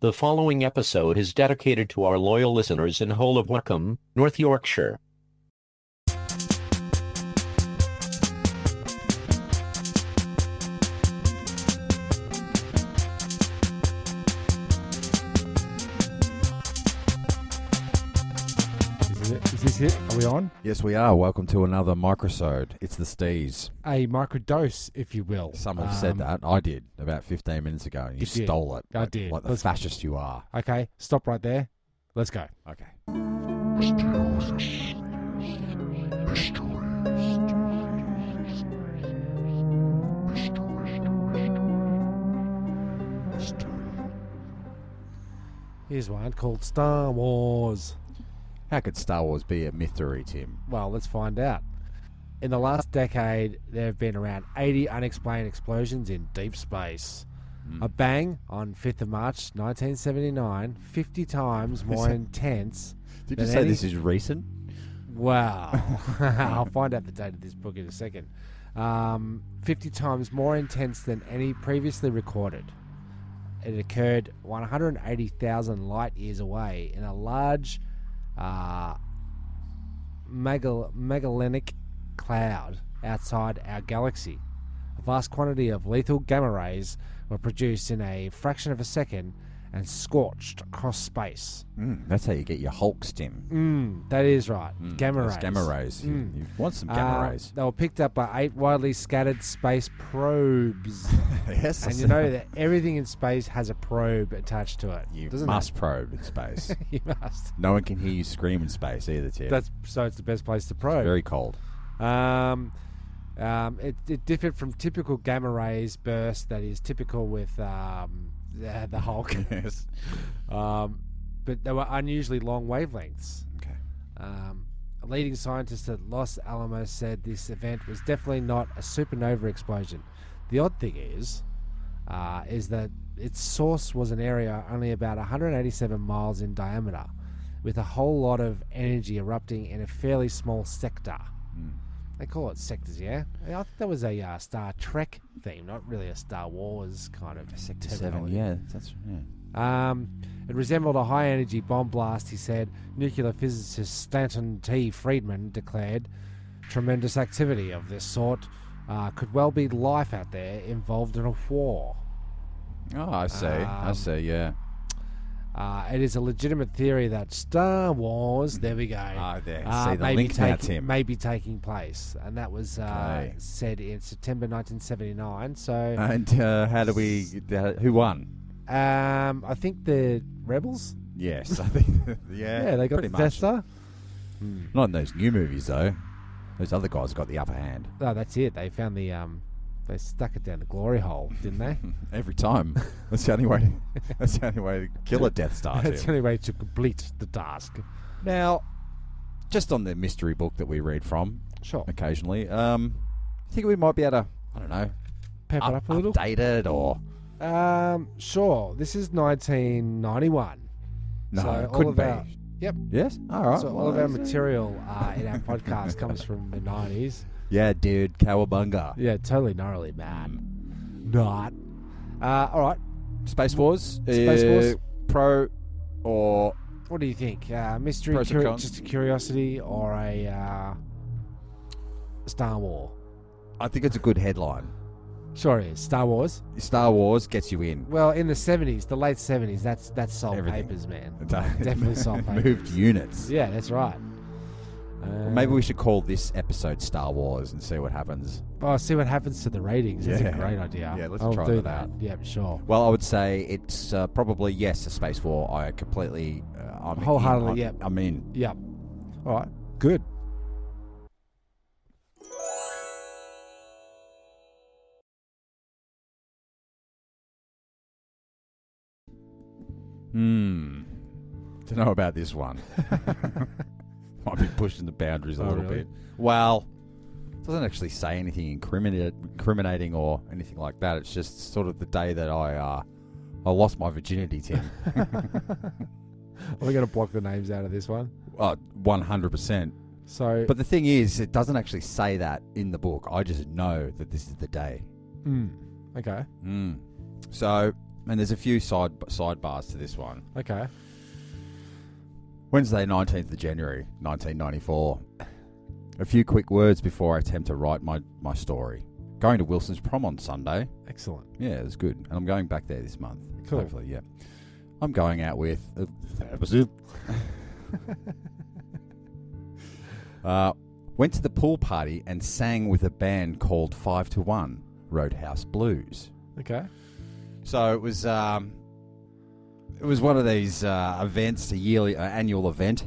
The following episode is dedicated to our loyal listeners in Hole of Wycombe, North Yorkshire. Is this, it? Is this it? Are we on? Yes, we are. Welcome to another microsode. It's the Stees. A microdose, if you will. Some have said Um, that. I did about 15 minutes ago, and you You did. stole it. I like- did. Like the Let's- fascist you are. Okay, stop right there. Let's go. Okay. Here's one called Star Wars. How could Star Wars be a mystery, Tim? Well, let's find out. In the last decade, there have been around 80 unexplained explosions in deep space. Hmm. A bang on 5th of March 1979, 50 times more intense. Did than you say any- this is recent? Wow. I'll find out the date of this book in a second. Um, 50 times more intense than any previously recorded. It occurred 180,000 light years away in a large uh, megal- megalenic cloud outside our galaxy. A vast quantity of lethal gamma rays were produced in a fraction of a second and scorched across space. Mm, that's how you get your Hulks, Tim. Mm, that is right. gamma Those rays. Gamma rays. You- Mm. You, want some gamma Uh, rays? They were picked up by eight widely scattered space probes. yes. and you know that everything in space has a probe attached to it. You doesn't must probe in space. It? you must. no one can hear you scream in space either, Tim. That's so it's the best place to probe. very cold. Um, um, it, it differed from typical gamma rays burst that is typical with um, the, the Hulk. yes. um, but they were unusually long wavelengths. Okay. Um, a leading scientist at Los Alamos said this event was definitely not a supernova explosion. The odd thing is, uh, is that its source was an area only about 187 miles in diameter, with a whole lot of energy erupting in a fairly small sector. They call it sectors, yeah. I think that was a uh, Star Trek theme, not really a Star Wars kind of Sector terminology. seven. Yeah. That's yeah. Um, it resembled a high energy bomb blast, he said. Nuclear physicist Stanton T. Friedman declared tremendous activity of this sort uh, could well be life out there involved in a war. Oh, I see. I Um, see. Yeah. Uh, it is a legitimate theory that Star Wars, there we go, Ah, there. uh, See the may, be link now, taking- Tim. may be taking place. And that was uh, Okay. said in September 1979. So And uh, how do we? Who won? um, I think the Rebels, Yes, I think. yeah, yeah, they got pretty the Death much. Star. Not in those new movies though. Those other guys got the upper hand No, Oh, that's it. They found the um, they stuck it down the glory hole, didn't they? every time. That's the only way. To, that's the only way to kill a Death Star. that's the Tim. only way to complete the task. Now, just on the mystery book that we read from Sure. occasionally, um, I think we might be able to. I don't know. Pep it up a little. Update it or Um, sure. This is 1991. no? So it all couldn't of be. our- yep. Yes. All right. so all well, of our that's- material uh, in our podcast comes from the 90s. yeah, dude, cowabunga. Yeah, totally gnarly, man. Not. Uh, all right. Space Wars. Space uh, Wars. Pro or What do you think? Uh, mystery, Pros and curi- cons. just a curiosity, or a uh, Star War? I think it's a good headline. Sure, it is Star Wars. Star Wars gets you in. Well, in the seventies, the late seventies, that's that's sold Everything. papers, man. Definitely sold papers. Moved units. Yeah, that's right. Uh, Maybe we should call this episode Star Wars and see what happens. Oh, see what happens to the ratings. That's a Yeah. great idea. Yeah, let's I'll try do that out. Yeah, sure. Well, I would say it's uh, probably yes, a space war. I completely, uh, I'm in. Wholeheartedly, yep. I'm- I'm in. Yeah. All right. Good. Hmm. To know about this one, might be pushing the boundaries a Oh, little really? bit. Well, it doesn't actually say anything incriminate, incriminating or anything like that. It's just sort of the day that I, uh, I lost my virginity, Tim. Are we going to block the names out of this one? Uh, 100%. So, But the thing is, it doesn't actually say that in the book. I just know that this is the day. Mm, okay. Mm. Hmm. So and there's a few side sidebars to this one. Okay. Wednesday, 19th of January, 1994. A few quick words before I attempt to write my, my story. Going to Wilson's prom on Sunday. Excellent. Yeah, it was good. And I'm going back there this month. Cool. Hopefully, yeah. I'm going out with. uh, went to the pool party and sang with a band called Five to One Roadhouse Blues. Okay. So it was um, it was one of these uh, events, a yearly uh, annual event,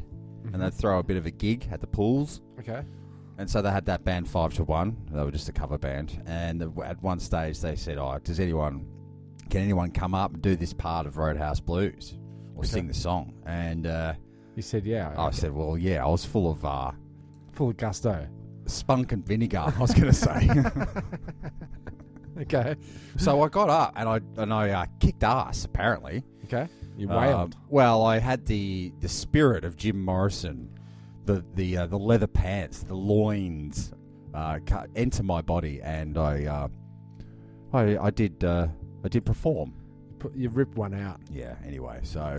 and they'd throw a bit of a gig at the pools. Mm-hmm. Okay. And so they had that band Five to One. They were just a cover band, and the- at one stage they said, "Oh, does anyone can anyone come up and do this part of Roadhouse Blues or Okay. sing the song?" And uh, You said yeah. I said, "Well, yeah, I was full of." Uh, Full of gusto. Spunk and vinegar, I was going to say. Okay. so I got up and I and I uh, kicked ass. Apparently, Okay. You Um, well, I had the the spirit of Jim Morrison, the the uh, the leather pants, the loins, uh, ca- enter my body, and I uh, I I did uh, I did perform. Put- you ripped one out. Yeah. Anyway, so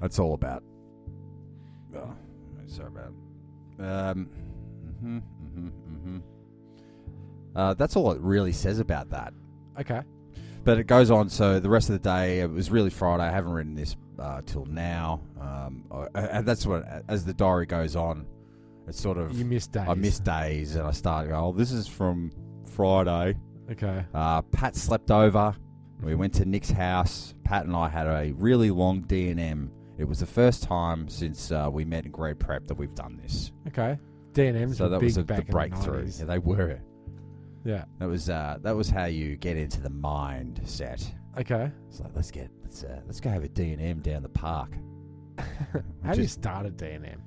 that's all about. Oh, sorry about. Um, mhm, mhm, mhm. Uh, that's all it really says about that. Okay. But it goes on. So the rest of the day, it was really Friday. I haven't written this uh, till now, um, I- and that's what as the diary goes on, it's sort of You missed days. I miss days, and I start going. Oh, this is from Friday. Okay. Mhm. Uh, Pat slept over. We went to Nick's house. Pat and I had a really long D and M. It was the first time since uh, we met in grade prep that we've done this. Okay. D and M's so that big was a, the back breakthrough. In yeah, the 90s. they were. Yeah. That was uh, that was how you get into the mindset. Okay. It's like let's get let's uh, let's go have a D and M down the park. How Which do you is- start a D and M?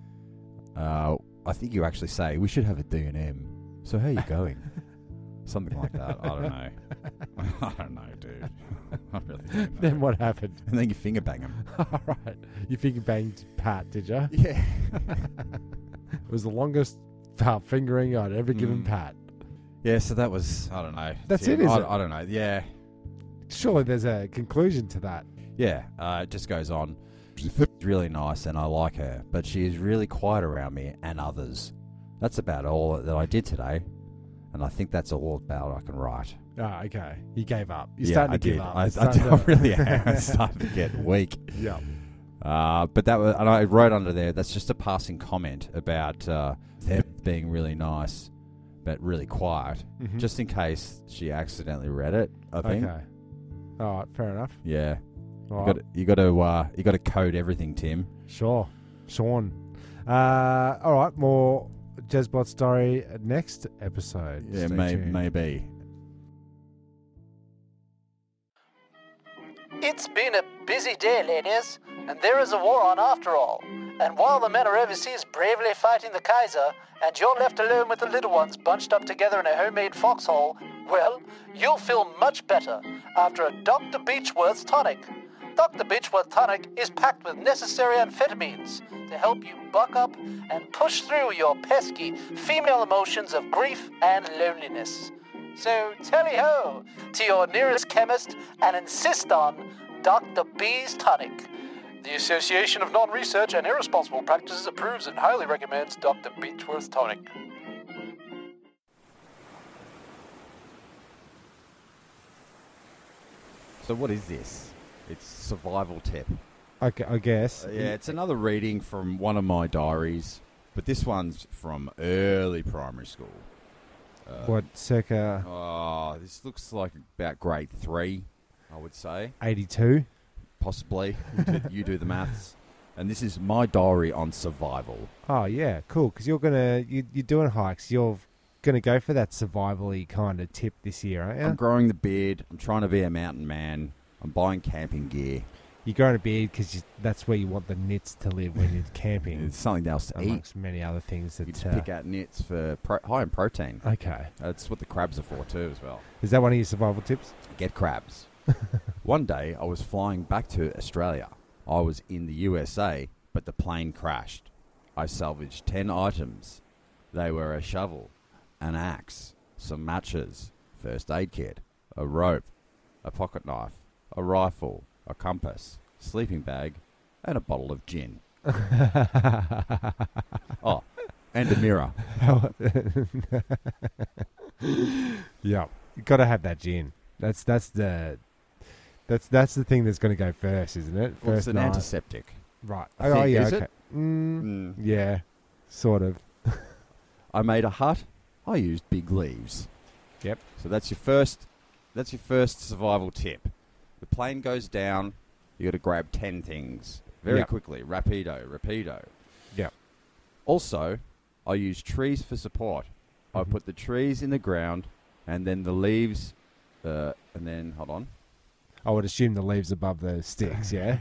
uh, I think you actually say we should have a D and M. So how are you going? Something like that. I don't know. I don't know, dude. I really don't know. Then what happened? And then you finger bang them. All right. You finger banged Pat, did you? Yeah. It was the longest uh, fingering I'd ever given Mm. Pat. Yeah. So that was I don't know. That's Yeah, it, is I, it? I don't know. Yeah. Surely there's a conclusion to that. Yeah. Uh, it just goes on. She's really nice, and I like her, but she is really quiet around me and others. That's about all that I did today, and I think that's all about I can write. Ah, okay. You gave up. You're yeah, starting I to give did. up. I, You're I, starting I to- really am. It's starting to get weak. yeah. Uh, but that was, and I wrote under there. That's just a passing comment about uh, them being really nice, but really quiet, Mhm. just in case she accidentally read it. I think. okay. All right. Fair enough. Yeah, All you right. got you got to uh, you got to code everything, Tim. Sure. Sean. Uh, all right. More Jezbot story next episode. Stay tuned. maybe. It's been a busy day, ladies, and there is a war on after all. And while the men are overseas bravely fighting the Kaiser, and you're left alone with the little ones bunched up together in a homemade foxhole, well, you'll feel much better after a Dr. Beechworth's tonic. Dr. Beechworth tonic is packed with necessary amphetamines to help you buck up and push through your pesky female emotions of grief and loneliness. So tally ho to your nearest chemist and insist on Dr. B's Tonic. The Association of Non Research and Irresponsible Practices approves and highly recommends Dr. Beechworth Tonic. So what is this? It's survival tip. Okay, I guess. Uh, Yeah, it's another reading from one of my diaries, but this one's from early primary school. Uh, What, circa Oh, this looks like about grade three, I would say, 82? possibly. You do- you do the maths. And this is my diary on survival. Oh, yeah. Cool. Because you're going to, you, you're doing hikes. You're going to go for that survival y kind of tip this year, aren't you? I'm growing the beard. I'm trying to be a mountain man. I'm buying camping gear. you're growing a beard because that's where you want the nits to live when you're camping, It's something else to eat. amongst many other things You that. just Uh, pick out nits for pro- high in protein. okay. That's what the crabs are for too, as well. Is that one of your survival tips? get crabs. One day I was flying back to Australia. I was in the USA, but the plane crashed. I salvaged 10 items. They were a shovel, an axe, some matches, first aid kit, a rope, a pocket knife, a rifle, a compass, sleeping bag, and a bottle of gin. oh, and a mirror. yeah, you got to have that gin. That's that's the that's that's the thing that's going to go first, isn't it? First Well, it's an night. antiseptic. right? I oh think, yeah, is it? okay. Mm, Mm. yeah, sort of. I made a hut. I used big leaves. Yep. So that's your first. That's your first survival tip. The plane goes down. You got to grab ten things very Yep. quickly. Rapido, rapido. Yep. Also, I use trees for support. I Mhm. put the trees in the ground, and then the leaves, uh, and then hold on. I would assume the leaves above the sticks. Yeah.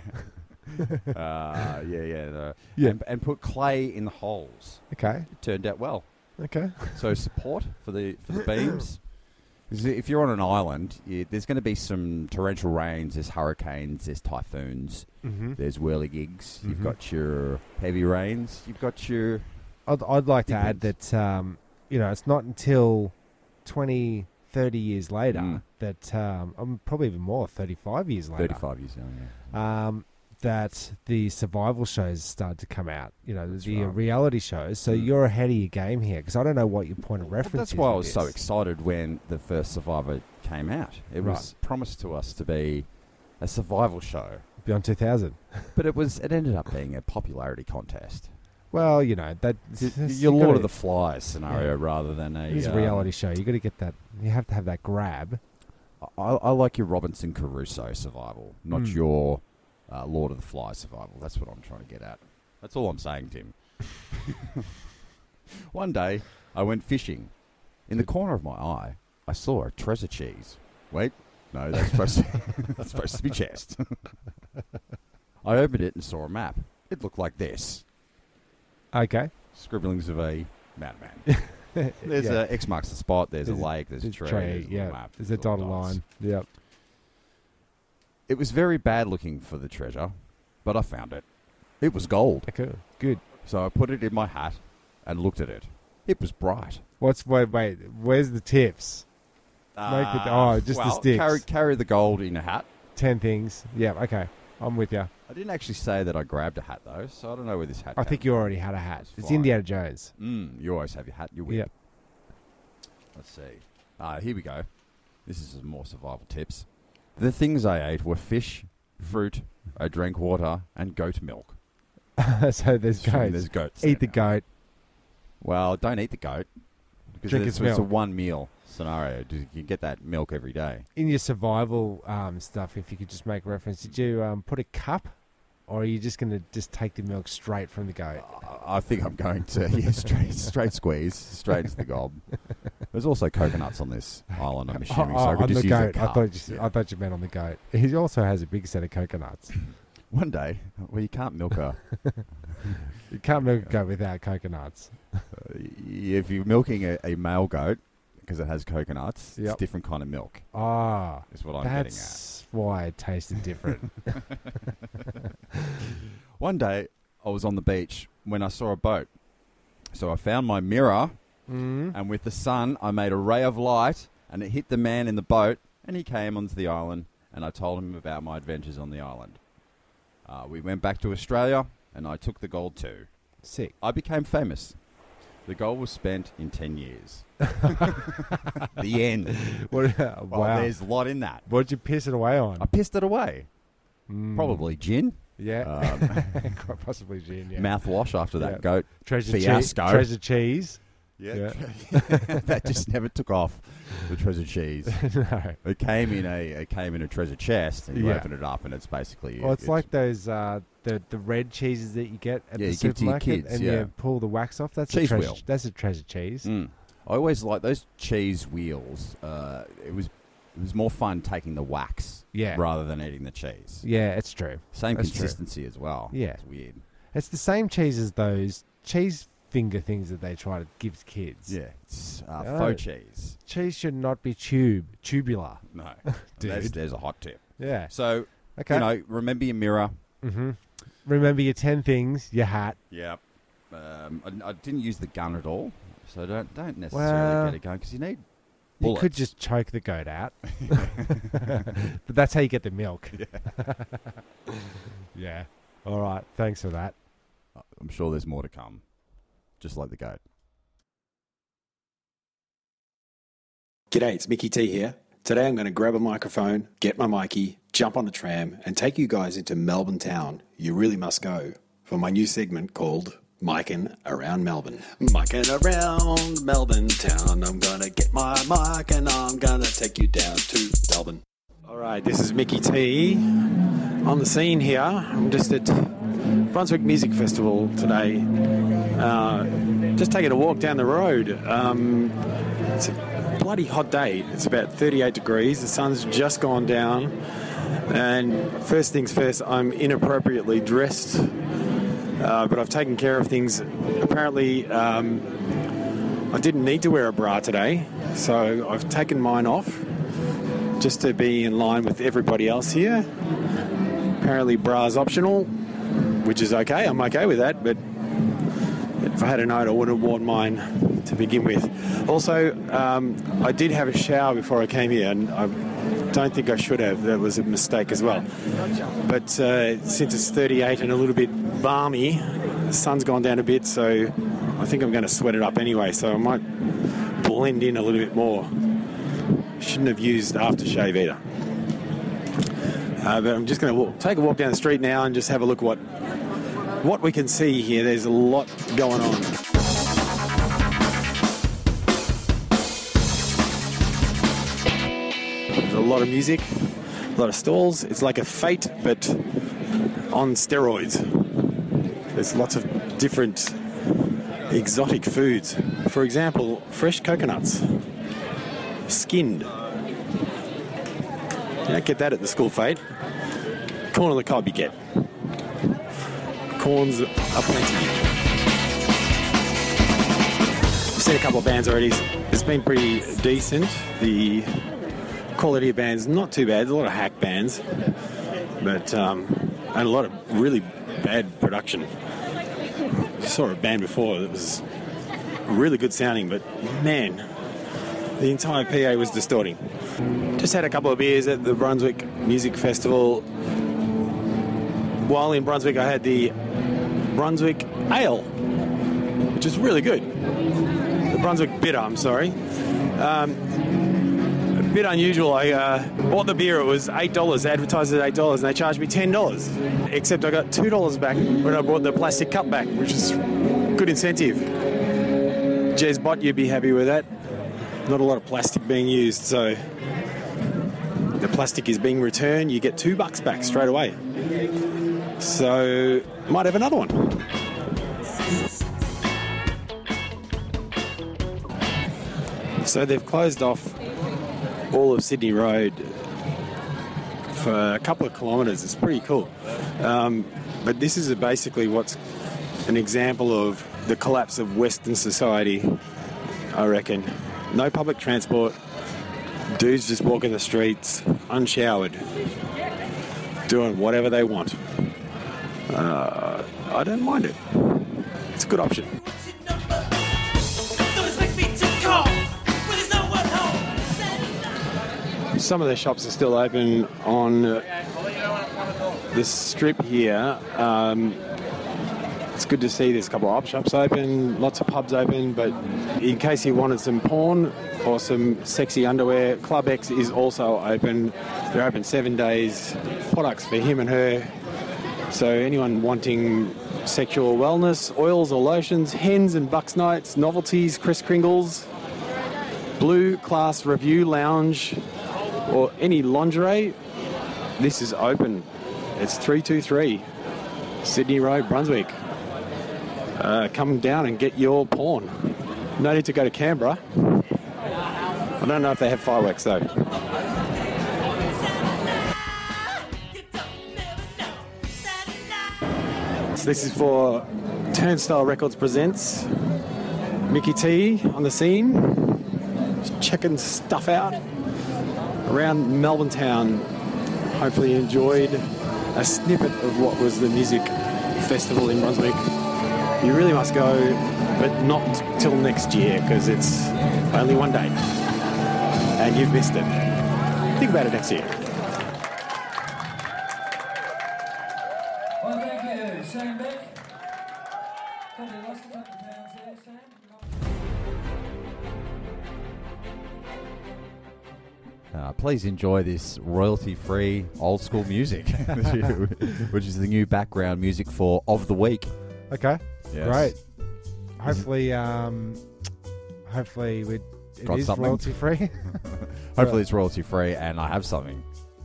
Uh, yeah, yeah, no. Yeah. And, and put clay in the holes. okay. It turned out well. Okay. So support for the for the beams. 'Cause If you're on an island, you, there's going to be some torrential rains, there's hurricanes, there's typhoons, Mm-hmm. there's whirligigs. You've Mhm. got your heavy rains. You've got your I'd, I'd like to add that um, you know it's not until 20, 30 years later Mm. that um, I'm probably even more thirty five years later. 35 years young. Yeah. um, that the survival shows start to come out. You know, the right. reality shows. So Mm. you're ahead of your game here because I don't know what your point of reference. that's is why I with was so this. excited when the first Survivor came out. It Right. was promised to us to be a survival show, Beyond 2000. but it was it ended up being a popularity contest. Well, you know that Y- y- you Your Lord gotta- of the Flies scenario rather than a, It is a um, reality show. You got to get that. You have to have that grab. I, I like your Robinson Crusoe survival, not Mm. your uh, Lord of the Flies survival. That's what I'm trying to get at. That's all I'm saying, Tim. One day, I went fishing. In the corner of my eye, I saw a treasure cheese. Wait, no, that's supposed to, that's supposed to be chest. I opened it and saw a map. It looked like this: Okay. scribblings of a madman. There's Yeah. a X marks the spot. There's, There's a a- lake. There's, There's a tree. There's a little yeah. map. There's a little dotted dots. line. Yep. It was very bad looking for the treasure, but I found it. It was gold, Okay. Good. so I put it in my hat and looked at it. It was bright. What's wait wait? Where's the tips? Make it- oh, just the well, sticks. Carry, carry the gold in a hat. Ten things. Yeah. Okay. I'm with you. I didn't actually say that I grabbed a hat though, so I don't know where this hat. I came think you already had a hat. It's It's fine. Indiana Jones. from. Mm, you always have your hat. You whip. Yep. Let's see. Ah, here we go. This is some more survival tips. The things I ate were fish, fruit. I drank water and goat milk. so there's Assuming goats. There's goats. Eat the there now. goat. Well, don't eat the goat. Because Drink it's, its it's a milk. one meal scenario. Do- You get that milk every day. In your survival um, stuff, if you could just make reference, did you um, put a cup, or are you just going to just take the milk straight from the goat? I- I think I'm going to yeah, straight, straight squeeze, straight into the gob. There's also coconuts on this island. I'm assuming, so I could Oh, on just the use a goat. I cup. thought you, Yeah. I thought you meant on the goat. He also has a big set of coconuts. One day, well, you can't milk a. You can't milk a goat without coconuts. if you're milking a, a male goat because it has coconuts, it's Yep. different kind of milk. Ah, Is what I'm getting at. that's why it tasted different. One day, I was on the beach when I saw a boat. So I found my mirror mm. and with the sun I made a ray of light and it hit the man in the boat and he came onto the island and I told him about my adventures on the island. Uh, we went back to Australia and I took the gold too. Sick. I became famous. The gold was spent in 10 years. the end. What, Well, wow. There's a lot in that. What'd you piss it away on? I pissed it away. Mm. Probably gin, Yeah. um, Quite possibly gin. Yeah. mouthwash after that Yeah. goat. treasure chea- fiasco. treasure cheese. that just never took off. The treasure cheese. no. It came in a it came in a treasure chest, and you Yeah. open it up, and it's basically Well, it's, like those uh, the the red cheeses that you get at Yeah, the you give to your supermarket, kids, and yeah. you pull the wax off. That's Cheese a treasure. wheel. That's a treasure cheese. Mm. I always like those cheese wheels. Uh, it was it was more fun taking the wax Yeah, rather than eating the cheese. yeah, it's true. Same That's true. consistency as well. Yeah. it's weird. It's the same cheese as those cheese finger things that they try to give kids. Yeah, it's uh, Oh. faux cheese. Cheese should not be tube tubular. No, Dude. There's, there's a hot tip. Yeah. So Okay. you know, remember your mirror. hmm Remember your ten things. Your hat. Yeah. Um, I, I didn't use the gun at all, so don't don't necessarily Well- get a gun because you need You could bullets. just choke the goat out, but that's how you get the milk. Yeah. All right. Thanks for that. I'm sure there's more to come, just like the goat. G'day, it's Mickey T here. Today I'm going to grab a microphone, get my Mikey, jump on a tram, and take you guys into Melbourne town. You really must go for my new segment called Miking Around Melbourne. Miking Around Melbourne town. I'm going to get my mic and I'm going to take you down to Melbourne. All right, this is Mickey T on the scene here. I'm just at Brunswick Music Festival today. Uh, just taking a walk down the road. Um, it's a bloody hot day. It's about 38 degrees. The sun's just gone down. And first things first, I'm inappropriately dressed, uh, but I've taken care of things. Apparently, um, I didn't need to wear a bra today, so I've taken mine off just to be in line with everybody else here. Apparently, bra's optional, which is okay. I'm okay with that, but if I had known, I would have worn mine to begin with. Also, um, I did have a shower before I came here, and I don't think I should have. That was a mistake as well. But uh, since it's 38 and a little bit balmy, the sun's gone down a bit, so I think I'm going to sweat it up anyway. So I might blend in a little bit more. Shouldn't have used aftershave either. Uh, but I'm just going to walk, take a walk down the street now and just have a look what what we can see here, there's a lot going on. There's a lot of music, a lot of stalls. It's like a fate, but on steroids. There's lots of different exotic foods. For example, fresh coconuts, skinned. You don't get that at the school fate. Corn on the cob, you get corns are plenty. I've seen a couple of bands already. It's been pretty decent. The quality of bands not too bad. There's a lot of hack bands, but um, and a lot of really bad production. I saw a band before that was really good sounding, but man, the entire PA was distorting. Just had a couple of beers at the Brunswick Music Festival. While in Brunswick, I had the Brunswick Ale, which is really good. The Brunswick Bitter, I'm sorry. Um, a bit unusual. I uh, bought the beer. It was eight dollars. Advertised at eight dollars, and they charged me ten dollars. Except I got two dollars back when I bought the plastic cup back, which is good incentive. Jez Bot, you'd be happy with that. Not a lot of plastic being used, so the plastic is being returned. You get two bucks back straight away. So might have another one. So they've closed off all of Sydney Road for a couple of kilometres. It's pretty cool. Um, but this is basically what's an example of the collapse of Western society, I reckon. No public transport, dudes just walking the streets, unshowered, doing whatever they want. Uh, I don't mind it. It's a good option. Some of the shops are still open on uh, this strip here. Um, it's good to see there's a couple of op shops open, lots of pubs open, but in case you wanted some porn or some sexy underwear, Club X is also open. They're open seven days, products for him and her, so anyone wanting sexual wellness, oils or lotions, hens and bucks nights, novelties, Kris Kringles, Blue Class Review Lounge, or any lingerie, this is open. It's 323 Sydney Road, Brunswick. Uh, come down and get your porn. No need to go to Canberra. I don't know if they have fireworks though. So this is for Turnstile Records presents Mickey T on the scene, Just checking stuff out around Melbourne town. Hopefully, you enjoyed a snippet of what was the music festival in Brunswick. You really must go, but not till next year because it's only one day. and you've missed it. Think about it next year. Well, thank you, Sam Beck. Probably lost a couple of pounds there, Sam. Uh, please enjoy this royalty free old school music, which is the new background music for Of the Week. Okay. Yes. Great. Hopefully, um, hopefully we it Got is something. royalty free. Hopefully, it's royalty free and I have something.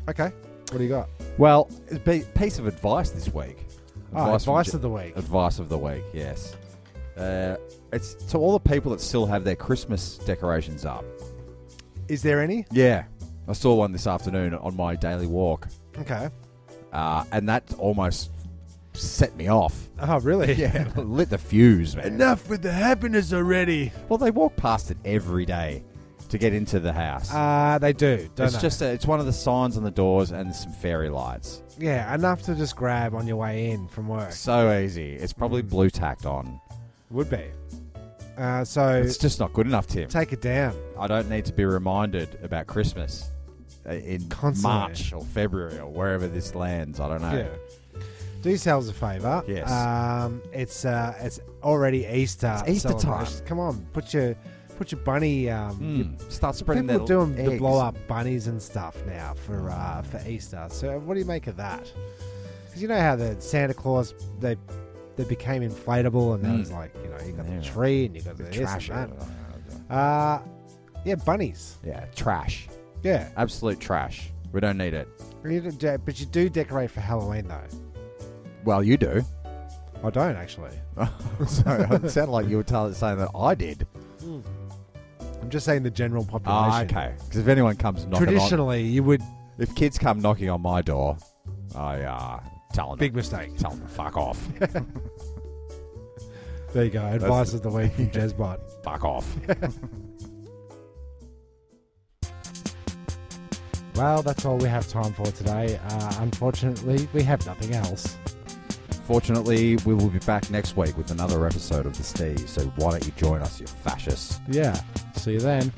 okay. What do you got? Well, a bi- piece of advice this week. Oh, from advice Ja- of the week. Advice of the week, yes. Uh, it's to all the people that still have their Christmas decorations up. Is there any? Yeah. I saw one this afternoon on my daily walk, Okay. uh, and that almost set me off. Oh, really? Yeah, lit the fuse, man. with the happiness already. Well, they walk past it every day to get into the house. Uh, they do. Don't it's they? just a, it's one of the signs on the doors and some fairy lights. yeah, enough to just grab on your way in from work. So easy. It's Mm. probably blue tacked on. Would be. Uh, so It's just not good enough, Tim. take it down. I don't need to be reminded about Christmas uh, in Constantly. March or February or wherever this lands. I don't know. Yeah. Do yourselves a favour. Yes. Um, it's uh, it's already Easter. It's Easter time. celebration. Come on, put your put your bunny. Um, your- Mm. Start spreading people that. doing the blow up bunnies and stuff now for uh, for Easter. So what do you make of that? Because you know how the Santa Claus they they became inflatable and that was like you know you got the Hmm. Yeah. tree and you got the, this Trash. and that. Uh, yeah, bunnies. Yeah, trash. Yeah, Absolute trash. We don't need it. You don't de- but you do decorate for Halloween though. Well, you do. I don't actually. so it sounded like you were tell- saying that I did. I'm just saying the general population. Ah, okay. Because if anyone comes knocking on, Traditionally, you would if kids come knocking on my door, I uh, tell them big mistake. tell them fuck off, There you go. Advice of the week from Jezbot. fuck off. Well, that's all we have time for today. Uh, unfortunately, we have nothing else. Fortunately, we will be back next week with another episode of the Steve. So why don't you join us, you fascists? Yeah. See you then.